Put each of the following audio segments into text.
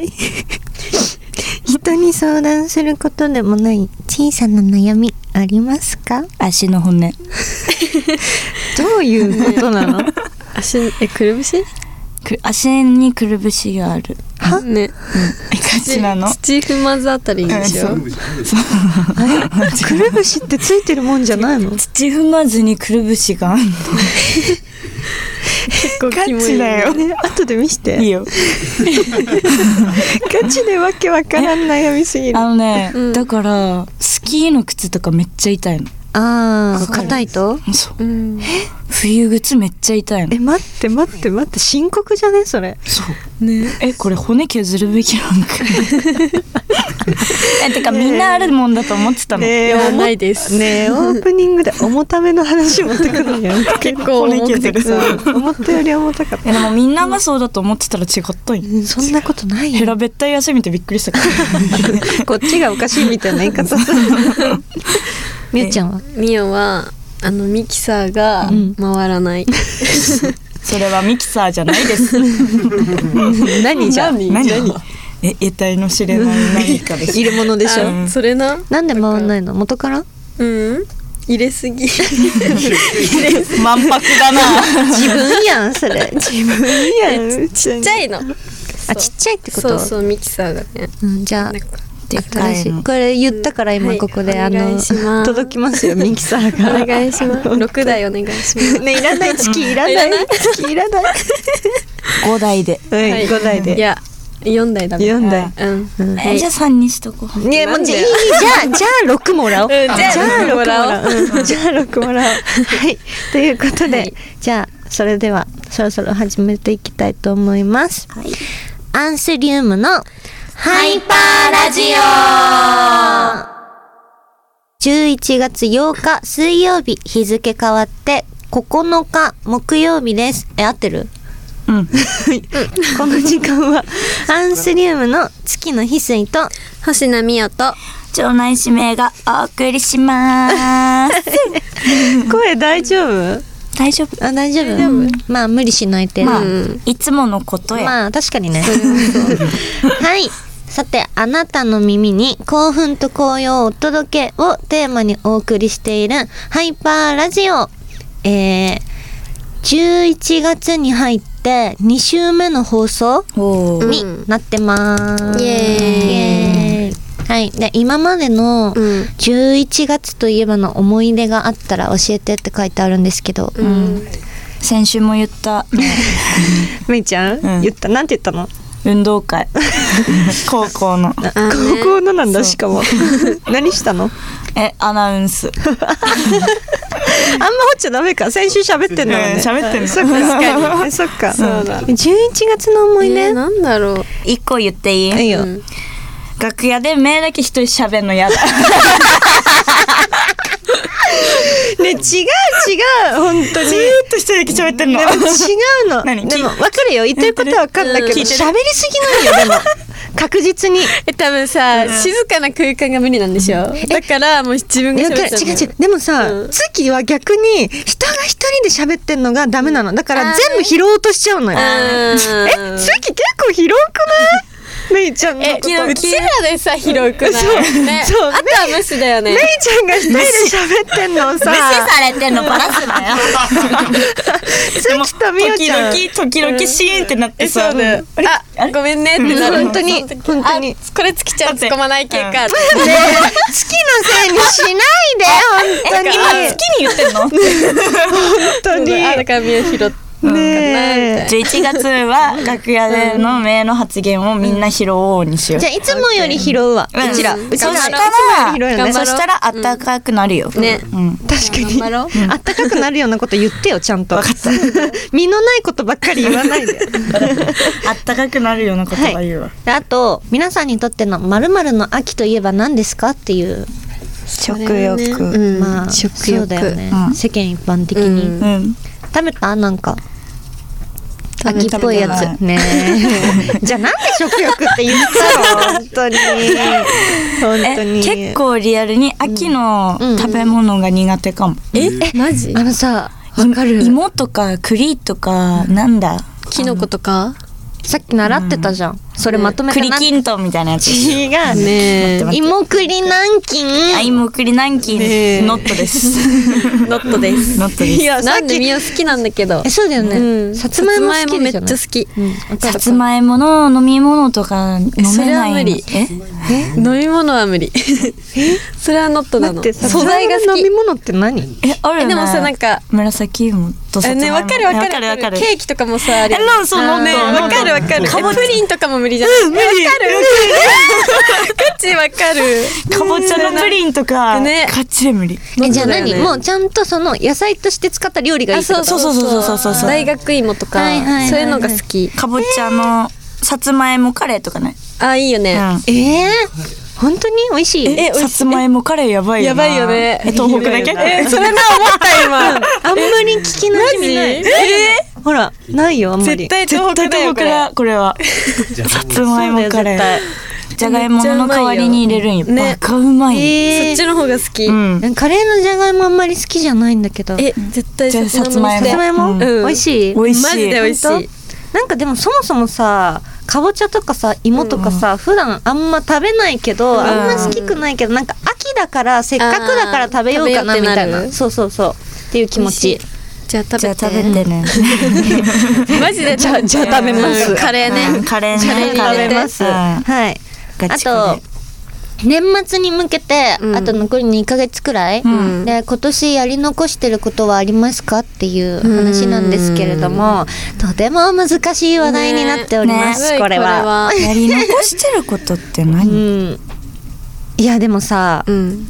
い 人に相談することでもない小さな悩みありますか足の骨どういうことな の足えくるぶしく足にくるぶしがあるはね感じなの土踏まずあたりにしようくるぶしってついてるもんじゃないの土踏まずにくるぶしがあん結構ガキモいチだよね、後で見してのいいよガチでわけわからん悩みすぎるあのね、うんだからスキーの靴とかめっちゃ痛いのあー硬いとそううん冬靴めっちゃ痛いのえ待って待って待って深刻じゃねそれそうねえこれ骨削るべきなん かえてかみんなあるもんだと思ってたの、ねえいや思っないですねえオープニングで重ための話持ってくるんやん結構重くてうん思ったより重たかっえでもみんながそうだと思ってたら違ったんよたそんなことない平べったい汗見てびっくりしたか らこっちがおかしいみたいな言い方 みゆちゃんはミオはあのミキサーがうん回らない、それはミキサーじゃない です。何じゃん何何え、得体の知れない何かです。入れ物でしょあそれななんで回んないの元からうん入 れすぎ満泊だな。自分やんそ れ自分やんちちっちゃいのあちっちゃいってことそうそうミキサーがねうん、じゃあなんか新しいこれ言ったから今はいここで、おあ願いしまのす届き ますよミキサーおが願いし ます6台お願いしますねいらないチキいらないチキいらない五台で。はい5台いでや4台だめ4台うん、うんはえ、いじゃあ三にしとこう。ねもうじゃあいいじゃあじゃあ6もらおう、うんじゃあ六もらおう、うんじゃあ6もらおうはいということで、はいじゃあそれではそろそろ始めていきたいと思います、アンセリウムのハイパーラジオ11月8日水曜日日付変わって9日木曜日です。え、合ってる うん。この時間はアンスリウムの月の翡翠と星名美代と町内指名がお送りします。声大丈夫大丈夫。あ大丈夫まあ無理しないで、まあま、いつものことあ、や。確かにね はいさてあなたの耳に興奮と紅葉をお届けをテーマにお送りしているハイパーラジオえー、11月に入って2週目の放送おーになってます、イエイエーイはいで今までのうん11月といえばの思い出があったら教えてって書いてあるんですけど、うん先週も言った、ねめいちゃん、うん言ったなんて言ったの運動会。高校の。あのね高校のなんだそうしかも 何したのあんえ、アナウンス。ま掘っちゃダメか先週喋ってんのはうねん喋ってんのそっかえそっかそうだ11月の思いえ出、ー、なんだろう一個言っていいいいよ、うん楽屋で目だけ一人喋んのやだ。ね違う違う本当にずーっと一人だけ喋ってんの。でも違うの何でも分かるよ言ってることは分かんだけどうん聞いてる喋りすぎないよ でも確実にえ多分さ、静かな空間が無理なんでしょ、だからもう自分がだ喋かっらちゃう違う違うでもさ、うん月は逆に人が一人で喋ってんのがダメなのだから全部拾おうとしちゃうのよえう月結構広くないめいちゃんのことえうちらでさ広くないそうねそうあとは無視だよめねいちゃんが一人で喋ってんのをされてんのバラすなよ。月とみおちゃん時々時々シーンってなってさ、ねあごめんねってなる本当に本当にあこれつきちゃん突っ込まない系だかねっえ月のせいにしないで本当今に好きに言ってん の本当にあだからみんな拾っねえ ?11 月は楽屋での名の発言をみんな拾おうにしようじゃ。あいつもより拾うわうんうちらうんうちらそしたいつもより拾うよら、ねそしたら暖かくなるよ。ねうん。確かに頑張ろうあったかくなるようなこと言ってよちゃんと身のないことばっかり言わない で暖かくなるようなことが言うわ。であと皆さんにとってのまるまるの秋といえば何ですかっていう食う欲。んまあ食欲そうだよねうん世間一般的に、ううんん。食べたなんかべ秋っぽいや食べつねえ じゃあなんで食欲って言ったの本当に本当え、に結構リアルに秋の食べ物が苦手かも。えマジあのさわかる芋とか栗とか、なんだキノコとかさっき習ってたじゃん、それまとめて栗きんとんみたいなやつ。 違うねえ待って芋栗軟禁あ、芋栗南京、ねえノットです。ノットで すノットです。やなんでみよ好きなんだけどえそうだよね、うんさつまいも好きでしょさつまいもめっちゃ好きさつまいもの飲み物とか飲めないそれは無理え飲み物は無理それはノットなのだって素材がさつまいもの飲み好き物って何えあるよえねでもさなんか紫芋とさつまいもねわかるわかわかるるわかるケーキとかもさあるよえなんそうあーねノットわかるわかるノットえプリンとかも無理じゃないわかるガチわかるかぼちゃのプリンとかねカッチレ無理えじゃあ何、もううちゃんとその野菜として使った料理がいいあってこそとうそうそうそうそうそうそう大学芋とかはいはいはいはいそういうのが好きかぼちゃのさつまいもカレーとかねあいいよねうんえー、本当に美味しいえ美味しいさつまいもカレーやばいよやなばいよねえ東北だけえそれな思った今あんまり聞きなじみないマほらないよあんまり絶対絶東北対だ東よこ北れだこれはさつまいもカレーじゃがいもの代わりに入れるんよねバカうまいそえっちの方が好きうんー、カレーのじゃがいもあんまり好きじゃないんだけどえ絶対じゃあさつまいさもつまいも、うん美味しい美味しいマジで美味し本い当なんかでもそもそもさかぼちゃとかさ芋とかさ、普段あんま食べないけど、んあんま好きくないけどなんか秋だからせっかくだから食べようかなあーみたい食べようってななるそうそうそうっていう気持ちじゃあ食べじゃあて食べてね マジでじゃあじゃあ食べますカレーうんねカレーカレーねにカ食レーべます、うんはいガあチとカレー年末に向けて、うんあと残り2ヶ月くらい、んで今年やり残してることはありますかっていう話なんですけれどもとても難しい話題になっております、ねねこれはこれはやり残してることってう何んいやでもさうん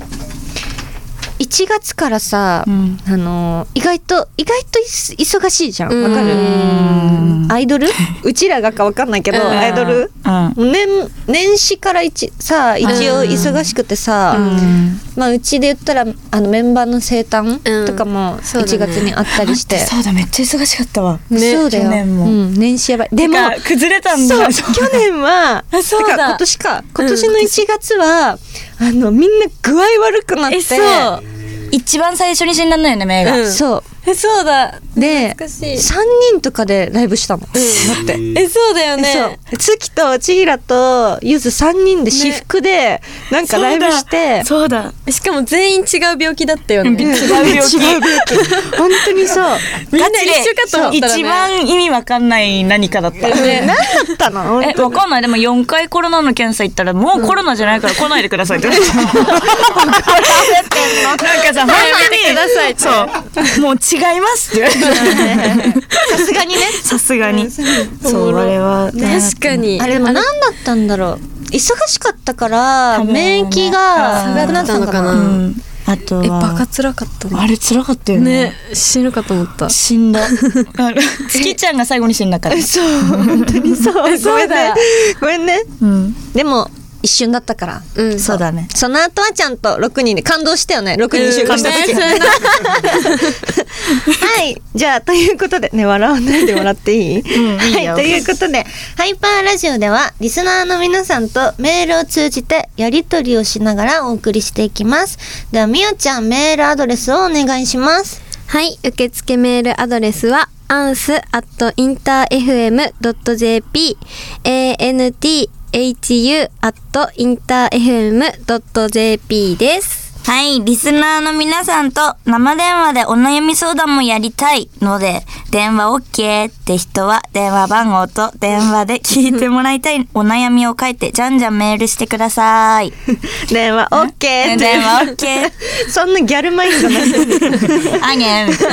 1月からさ、うんあの意外と意外といす忙しいじゃんうんわかうるアイドルうちらがかわかんないけど、うんアイドルうん年年始から一さ一応忙しくてさ、うんまあうちで言ったらあのメンバーの生誕とかもそうだね1月にあったりして、そうだめっちゃ忙しかったわねそうだよ、去年もうん、年始やばいでもてか崩れたんそうだ去年はあそうてだか今年か今年の1月は、あのみんな具合悪くなってえそう一番最初に死んだんだよね目が、うんそえそうだうで懐かしい3人とかでライブしたの、だって。えそうだよねそう月と千尋とゆず3人で私服でなんかライブして、そうだしかも全員違う病気だったよねみんな違う病気本当にそう一緒かと思ったらね一番意味わかんない何かだった何だったの本え当わかんないでも4回コロナの検査行ったらもうコロナじゃないから来ないでくださいって言われたなんかさくださいってそうもう違いますって言われさすがにねたさすがにそうあれはね確かにあれでも何だったんだろう忙しかったから多分免疫がなくなってたのか下がなったのかなうんあとはえバカ辛かったねあれ辛かったよねね死ぬかと思った死んだ月ちゃんが最後に死んだから、そう本当にそう ごめんねだごめんねうん、でも一瞬だったからうんそうだねその後はちゃんと6人で感動したよね6人集 合した時、うんはいじゃあということでね笑わないでもらっていいうんいいよはいということでハイパーラジオではリスナーの皆さんとメールを通じてやり取りをしながらお送りしていきますではみおちゃんメールアドレスをお願いしますはい、受付メールアドレスは、アンスアットインター FM.jp、anthu アットインター FM.jp です。はいリスナーの皆さんと生電話でお悩み相談もやりたいので電話 OK って人は電話番号と電話で聞いてもらいたい お悩みを書いてじゃんじゃんメールしてください電話 OK って 電話 OK そんなギャルマイン ドなし あげん 続い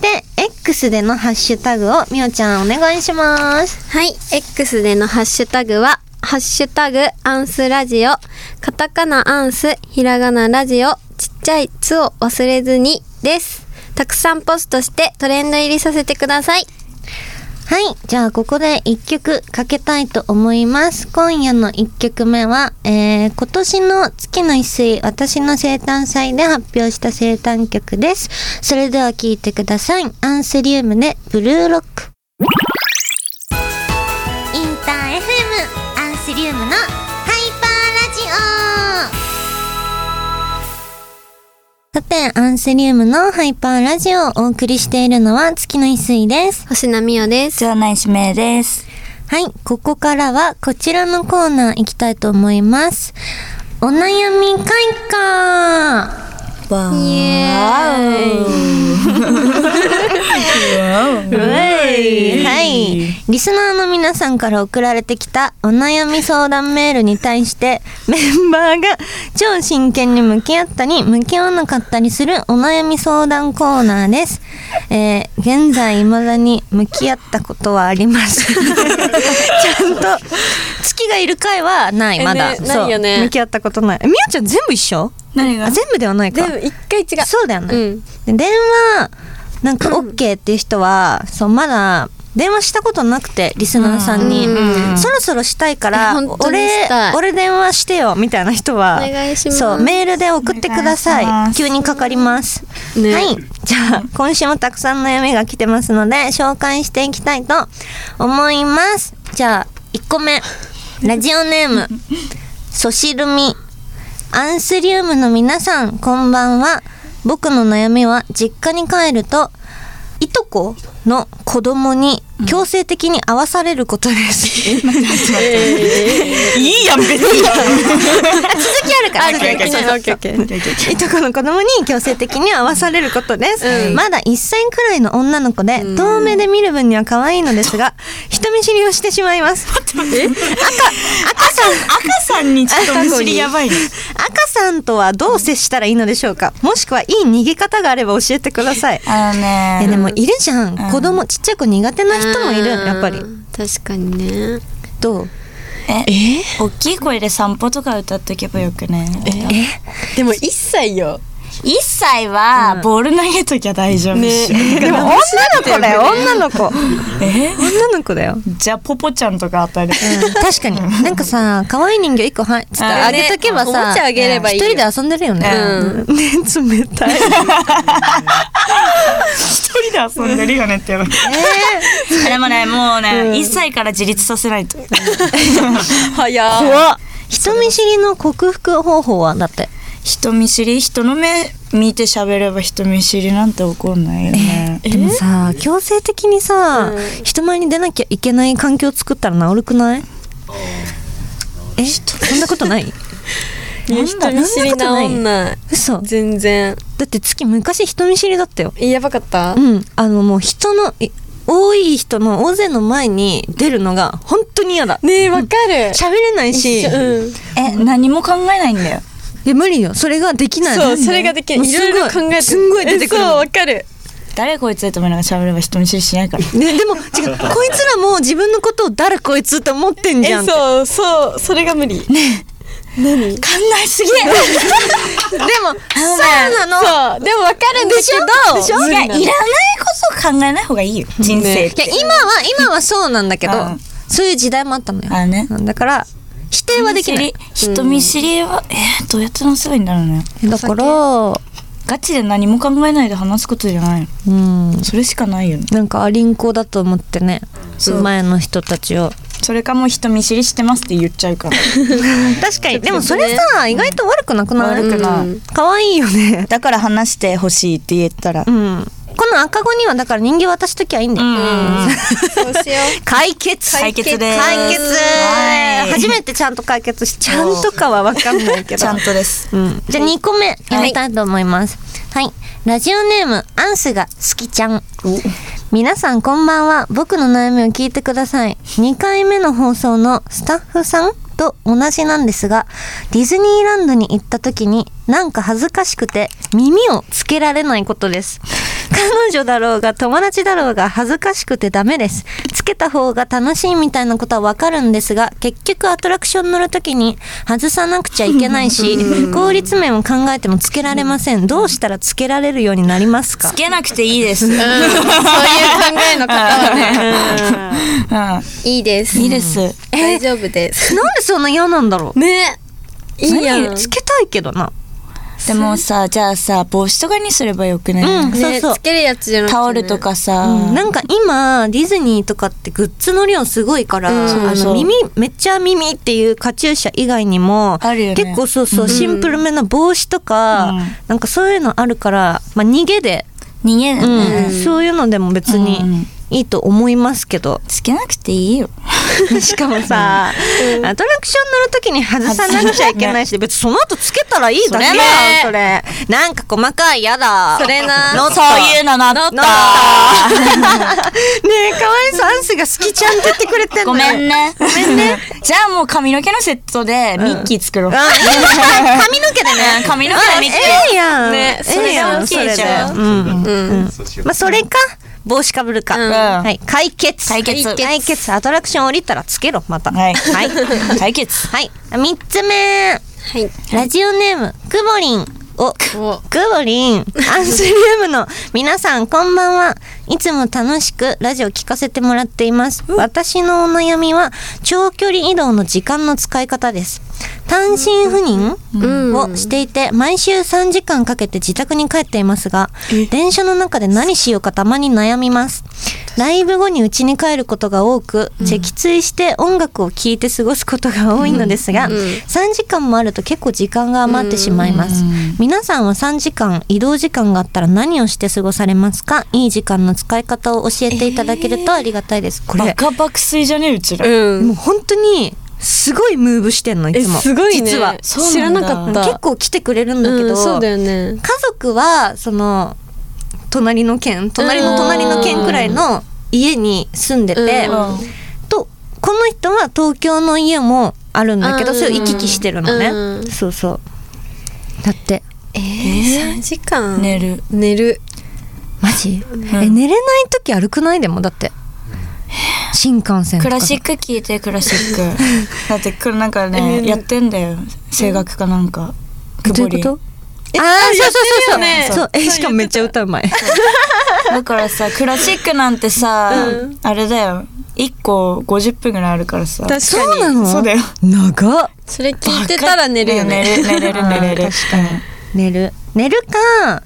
て X でのハッシュタグをみおちゃんお願いしますはい、X でのハッシュタグは、ハッシュタグアンスラジオ、カタカナアンス、ひらがなラジオ、ちっちゃいつを忘れずにです。たくさんポストしてトレンド入りさせてください。はいじゃあここで一曲かけたいと思います今夜の一曲目は、えー今年の月の一水私の生誕祭で発表した生誕曲ですそれでは聴いてくださいアンセリウムでブルーロックインター FM アンセリウムのハイパーラジオさて、アンスリウムのハイパーラジオをお送りしているのは月の一水です。星名美代です。場内指名です。はい、ここからはこちらのコーナー行きたいと思います。お悩み開花わーはい。リスナーの皆さんから送られてきたお悩み相談メールに対してメンバーが超真剣に向き合ったり向き合わなかったりするお悩み相談コーナーです。えー現在未だに向き合ったことはあります。ちゃんと月がいる回はないえまだ。ねないよねそう向き合ったことない。みおちゃん全部一緒？何あ全部ではないか。でも一回違うそうだよね、うんで電話なんか OK っていう人はそうまだ電話したことなくてリスナーさんに、うんうんそろそろしたいかいらや本当に俺したい俺電話してよみたいな人はお願いしますそうメールで送ってくだお願いしさまいす急にかかります、ねはいじゃあ今週もたくさんの夢が来てますので紹介していきたいと思いますじゃあ1個目ラジオネームソシルミアンスリウムの皆さんこんばんは僕の悩みは実家に帰るといとこの子供に強制的に会わされることです、いいやん別に。続きあるからあるから続きあるオッケーオッケーオッケーいとこの子供に強制的に会わされることです、まだ1歳くらいの女の子で遠目で見る分には可愛いのですが人見知りをしてしまいます 赤さん 赤さんにちょっとむしりやばいね。赤さんとはどう接したらいいのでしょうかもしくはいい逃げ方があれば教えてくださいあのえでね。もいるじゃん子供ちっちゃい子苦手な人もいるやっぱりうん確かにね。どうえ大きい声で散歩とか歌っとけばよくね。でも一歳よ一歳はボール投げときゃ大丈夫っしょ。 でも女の子だ よ女の子え女の子だよじゃあポポちゃんとかあたり。確かになんかさ可愛い人形一個はつってああげとけばねおさもちゃあげればいいよ一人で遊んでるよねね冷たい一人で遊んでるよねってやばい。でもねもうね一歳から自立させないと。早怖っ 人見知りの克服方法はだって人見知り人の目見て喋れば人見知りなんて怒んないよね。でもさ強制的にさ、人前に出なきゃいけない環境を作ったら治るくないえそんなことない いや人見知り治んない嘘だ全然って月昔人見知りだったよやばかったうんあのもう人のい多い人の大勢の前に出るのが本当に嫌だねえわかる喋れないし、うんえ何も考えないんだよ。いや無理よそれができないそうそれができもるういすろごいろ考えてすんごい出てくるえもんそうわかる誰こいつと思いながら喋れば人見知りしないから。ね、でも違うこいつらも自分のことを誰こいつって思ってんじえゃんってそうそうそれが無理考えすぎ。違でもそうなのそうでもわかるんだでしょでしょういらないいやこそ考えない方がいいよ。人生って。今は今はそうなんだけどうんそういう時代もあったのよあね。だから否定はできない人見知り人見知りは、えーどうやって直せばいいんだろうね。だからガチで何も考えないで話すことじゃないの。うんそれしかないよね。なんかアリンコだと思ってね前の人たちをそれかもう人見知りしてますって言っちゃう から。確かにでもそれさ意外と悪くなくない悪くないうん可愛いよねだから話してほしいって言ったらう。んこの赤子にはだから人形渡しときゃいいんだようんそうしよ解決解決です。解決はい初めてちゃんと解決しちゃんとかは分かんないけどちゃんとです。うん、じゃあ2個目やりたいと思いますはい、ラジオネームアンスが好きちゃん皆さんこんばんは僕の悩みを聞いてください2回目の放送のスタッフさんと同じなんですがディズニーランドに行った時になんか恥ずかしくて耳をつけられないことです彼女だろうが友達だろうが恥ずかしくてダメですつけた方が楽しいみたいなことはわかるんですが結局アトラクション乗る時に外さなくちゃいけないし効率面を考えてもつけられませんどうしたらつけられるようになりますかつけなくていいです。う。うん、そういう考えの方はね、ういいです。ん、いいです。大丈夫です。なんでそんな嫌なんだろうねいいや何んつけたいけどなでもさじゃあさ帽子とかにすればよくない、うんそうねそうつけるやつじゃなくてねタオルとかさ、うんなんか今ディズニーとかってグッズの量すごいから、うんあそうそのう耳めっちゃ耳っていうカチューシャ以外にもあるよね結構そうそう、シンプルめな帽子とか、うんなんかそういうのあるから、まあ、逃げで、逃げるね、うんそういうのでも別にいいと思いますけど、つけなくていいよしかもさ、アトラクション乗る時に外さなくちゃいけないし、別にその後つけたらいいだけだよ、そそれ。なんか細かい、やだ。それな乗ったそういうのなった乗ったねえ、かわいそう、アンスが好きちゃんって言ってくれてんのごめんねごめんね じゃあもう髪の毛のセットでミッキー作ろう、あいいね髪の毛でうんね。髪の毛でミッキーええやん。ねええやん、そそれれが OK でじゃんうん。うんまあ、それか、帽子かぶるか。うんはい、解決。解決解決。アトラクション降りたらつけろ、また。はいはい。解決はい。三つ目。はいラジオネーム、くぼりん。お、おくぼりん。アンスリウムの皆さん、こんばんは。いつも楽しくラジオ聞かせてもらっています。私のお悩みは、長距離移動の時間の使い方です。単身赴任、うんをしていて毎週3時間かけて自宅に帰っていますが電車の中で何しようかたまに悩みますライブ後に家に帰ることが多く脊椎して音楽を聴いて過ごすことが多いのですが、3時間もあると結構時間が余ってしまいます、皆さんは3時間移動時間があったら何をして過ごされますかいい時間の使い方を教えていただけるとありがたいです、こバれカ爆睡じゃねえうちら、うんもう本当にすごいムーブしてんのいえつもすごいね実はそうなんだ知らなかった結構来てくれるんだけど、うんそうだよね家族はその隣の県隣の隣の県くらいの家に住んでて、うんとこの人は東京の家もあるんだけど、うんそれを行き来してるのね、うんそうそうだってえー、3時間寝る寝るマジ、え寝れない時歩くないでもだって新幹線とかクラシック聞いてクラシック だってくなんかねやってんだよ声楽かなんかどう曇いうりことああそうそうそうそう,、やってるよねそうえしかもめっちゃ歌うま いだからさクラシックなんてさ、あれだよ1個50分ぐらいあるからさ確そうかなにのそうだよ長っそれ聞いてたら寝るよね寝る寝れる寝れる確かに寝る寝るか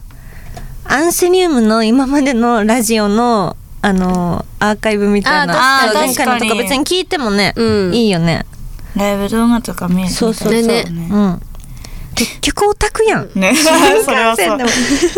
アンセニウムの今までのラジオのあのアーカイブみたいなあー確かに前回のとか別に聞いてもね、うんいいよねライブ動画とか見るそうそうそうねうねん結局オタク やんねそれはそうでも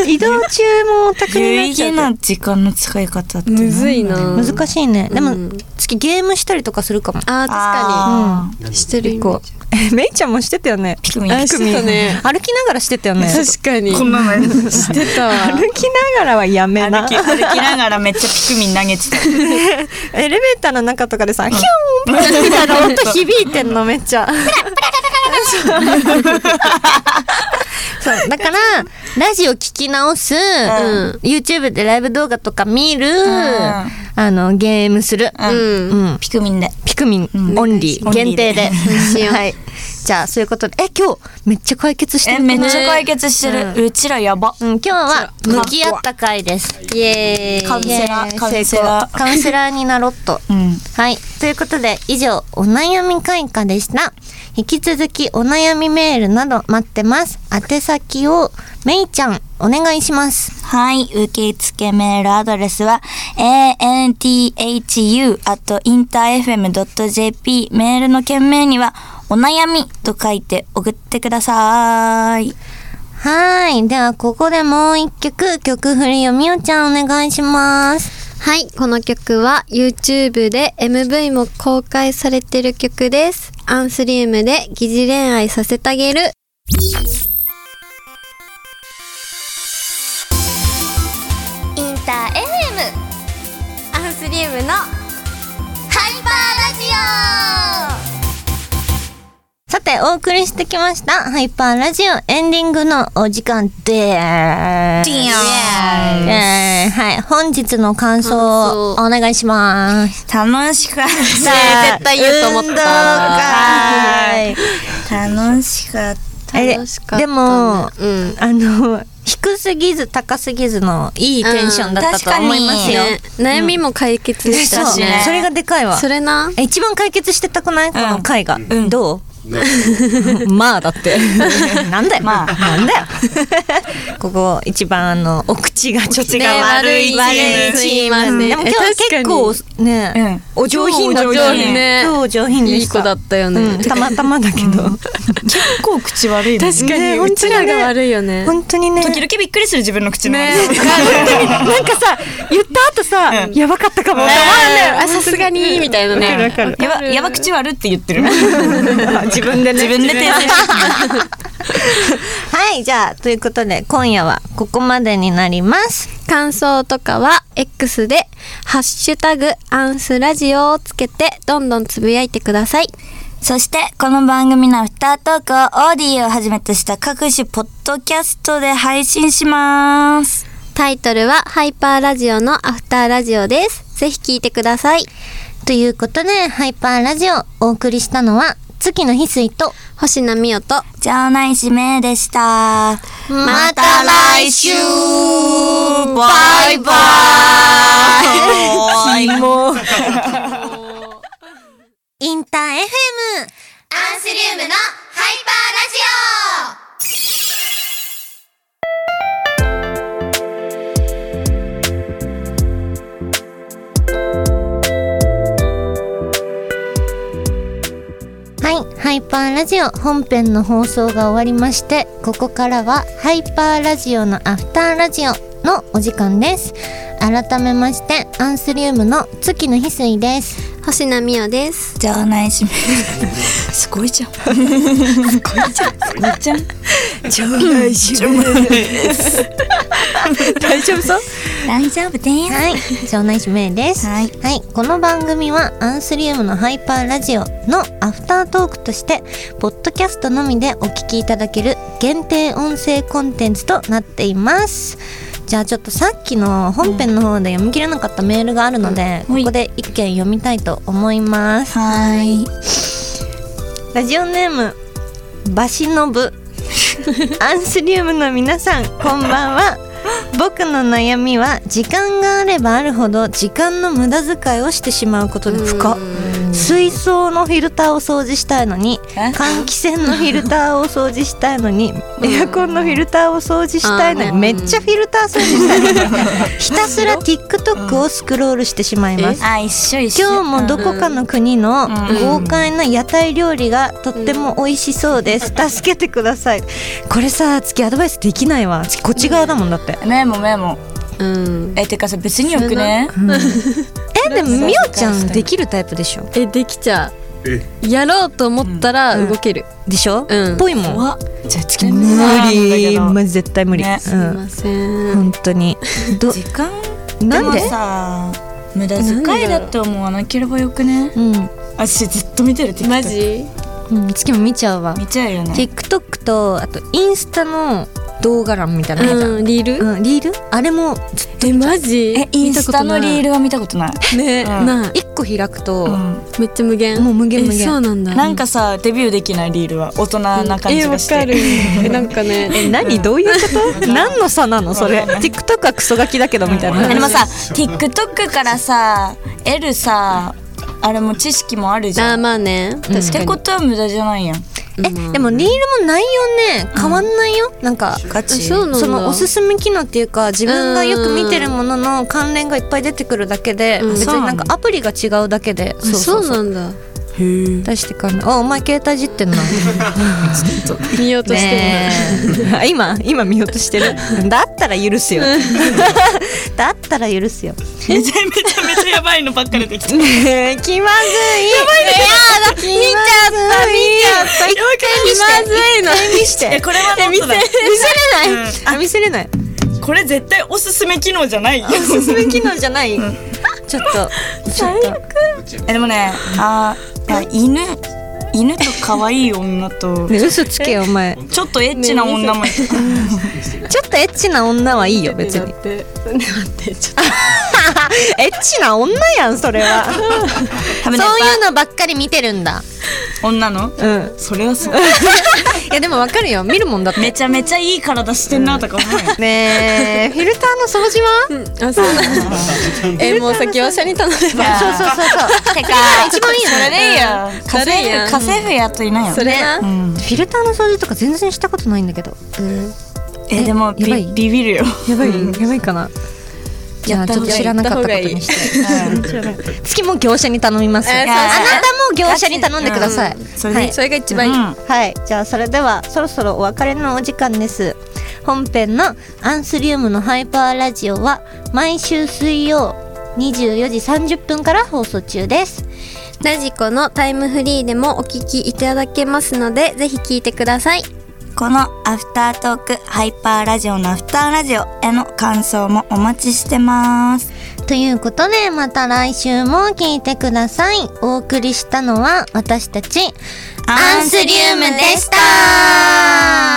移動中もオタクに有な意っちゃう義な時間の使い方ってむずいな難しいねでも、うん月ゲームしたりとかするかもあー確かあうんしてる子えめいちゃんもしてたよね ピクミンあしてた ね歩きながらしてたよね確かにーこんなのや るしてたわ 歩きながらはやめな歩き歩きながらめっちゃピクミン投げてたエレベーターの中とかでさ、ヒューンみたいな音響いてんのめっちゃ。 そうそうだからラジオ聞き直す、YouTube でライブ動画とか見る、あのゲームする、にうん、うん、ピクミンでピクミン、オンリーオンリーで限定で しようはいじゃあそういうことでえ今日めっちゃ解決してえるめっちゃ解決してる、うちらやばうん、今日は向き合った回です。イエーイ。カウンセラーイエカウンセラー成功カウンセラーになろっと。うんはい。ということで、以上、お悩み開花でした。引き続き、お悩みメールなど待ってます。宛先を、めいちゃん、お願いします。はい。受付メールアドレスは、anthu.interfm.jp。メールの件名には、お悩みと書いて送ってください。はーい。では、ここでもう一曲、曲振りをみおちゃんお願いします。はい、この曲は YouTube で MV も公開されてる曲です。アンスリウムで疑似恋愛させてあげる。インター FM アンスリウムのハイパーラジオさて、お送りしてきました、ハイパーラジオエンディングのお時間でーす。楽えーはい、本日の感想をお願いします。しかっさあ絶対言うと思った運動会た。 楽しかった。え楽しかった、ね。でも、うん。あの低すぎず高すぎずのいいテンションだったとうん思いますよ。ね、悩みも解決でしたそうしね。それがでかいわ。それな。え一番解決してたくないこの回が、どう？ね、 まあだって。なんだよ。まあなんだよ。ここ一番あのお口がちょっと口が悪い悪いチームねでも今日は結構ね、お上品だった今日お上品ね今日お上品でいしい子だた。ったよね、うんたまたまだけど。結構口悪いね。確かに、ねうちらが悪いよね本当にね。時々びっくりする自分の口の。ねなんかさ、言った後さ、やばかったかも。あさすがにみたいなねやば、やば口割るって言ってる。自分でね。 自分で訂正はい、じゃあということで今夜はここまでになります。感想とかは X で「ハッシュタグアンスラジオ」をつけてどんどんつぶやいてくださいそして、この番組のアフタートークをオーディをはじめとした各種ポッドキャストで配信します。タイトルは「ハイパーラジオのアフターラジオ」ですぜひ聞いてくださいということでハイパーラジオお送りしたのは月の翡翠と星名美桜とじゃあないしめでした。また来週バイバイ インター FM。アンスリウムのハイパーラジオはい、ハイパーラジオ本編の放送が終わりましてここからはハイパーラジオのアフターラジオのお時間です改めましてアンスリウムの月の翡翠です星名美桜ですじゃあないしめ。 すごいじゃん。すごいじゃん。す大丈夫そうごいじゃん。大丈夫です。はい、場内指名ですはいはい、この番組はアンスリウムのハイパーラジオのアフタートークとしてポッドキャストのみでお聞きいただける限定音声コンテンツとなっていますじゃあちょっとさっきの本編の方で読み切れなかったメールがあるので、うんここで一件読みたいと思いますはい。ラジオネームバシノ ブアンスリウムの皆さんこんばんは僕の悩みは時間があればあるほど時間の無駄遣いをしてしまうことで深っ水槽のフィルターを掃除したいのにえ換気扇のフィルターを掃除したいのにエアコンのフィルターを掃除したいのにめっちゃフィルター掃除したいのにひたすら TikTok をスクロールしてしまいますあ、一緒一緒。今日もどこかの国の豪快な屋台料理がとっても美味しそうです助けてくださいこれさ月アドバイスできないわ月こっち側だもんだってメモメモ。うんえ、てかさ、別によくね。えでもみおちゃんできるタイプでしょえできちゃえうやろうと思ったら動ける、でしょうんぽいもんわ、じゃあ、月の無理なんだけどマジ絶対無理ねうすいんません本当にど時間。なんでもさ無駄遣いだって思わなければよくねうん私ずっと見てる TikTok マジうん月も見ちゃうわ見ちゃうよね TikTok とあとインスタの動画欄みたいなのあるじゃんうんリールうんリールあれもえマジえインスタのリールは見たことないルね、うんなあ一個開くとうめっちゃ無限もう無限無限えそうなんだんなんかさデビューできないリールは大人な感じがしてえわかるえなんかねえ何どういう こと何の差なのそれ。TikTok はクソガキだけどみたいでな。もさ TikTok からさ得るさあれも知識もあるじゃあーんっまあね確かてにことは無駄じゃないやんえ、でもリールも内容ね変わんないよ、なんかガチそうなんだそのおすすめ機能っていうか自分がよく見てるものの関連がいっぱい出てくるだけで、うん別になんかアプリが違うだけで、あそうなんだ出してかんあお前携帯いじってんな見ようとしてるね え今今見ようとしてる だったら許すよだったら許すよめちゃめちゃめちゃやばいのばっかりできたねえ 気まずいやばいやだ見ちゃった見ちゃった一回見せて一回見してえこれは見せノートだ見せれない、あ見せれないこれ絶対おすすめ機能じゃ ないよおすすめ機能じゃない。ちょっと、ちょっと。えでもねあーあ犬犬と可愛い女とね、嘘つけよ、お前。ちょっとエッチな女もいたちょっとエッチな女はいいよ、別に。って エッチな女やん、それ は。食そうべないいうのばっかり見てるんだ。女のうん。それはそういやでもわかるよ見るもんだってめちゃめちゃいい体してんなとか思 うよねえフィルターの掃除はあそうなんだえもう先おしゃに頼めばそうそう そうそうてか一番いいよねそれでいいよ家政それいい婦やん家政婦やっといなよ それな、うんフィルターの掃除とか全然したことないんだけどえでもやばいビビビるよやばいやばいかなじゃあちょっと知らなかったことにして 月も業者に頼みますえあーなそうそうたも業者に頼んでくださいそれでいいそれが一番いい、うんはいじゃあそれではそろそろお別れのお時間です本編の「アンスリウムのハイパーラジオ」は毎週水曜24時30分から放送中ですラジコのタイムフリーでもお聞きいただけますので、ぜひ聞いてください。このアフタートークハイパーラジオのアフターラジオへの感想もお待ちしてますということでまた来週も聞いてくださいお送りしたのは私たちアンスリウムでした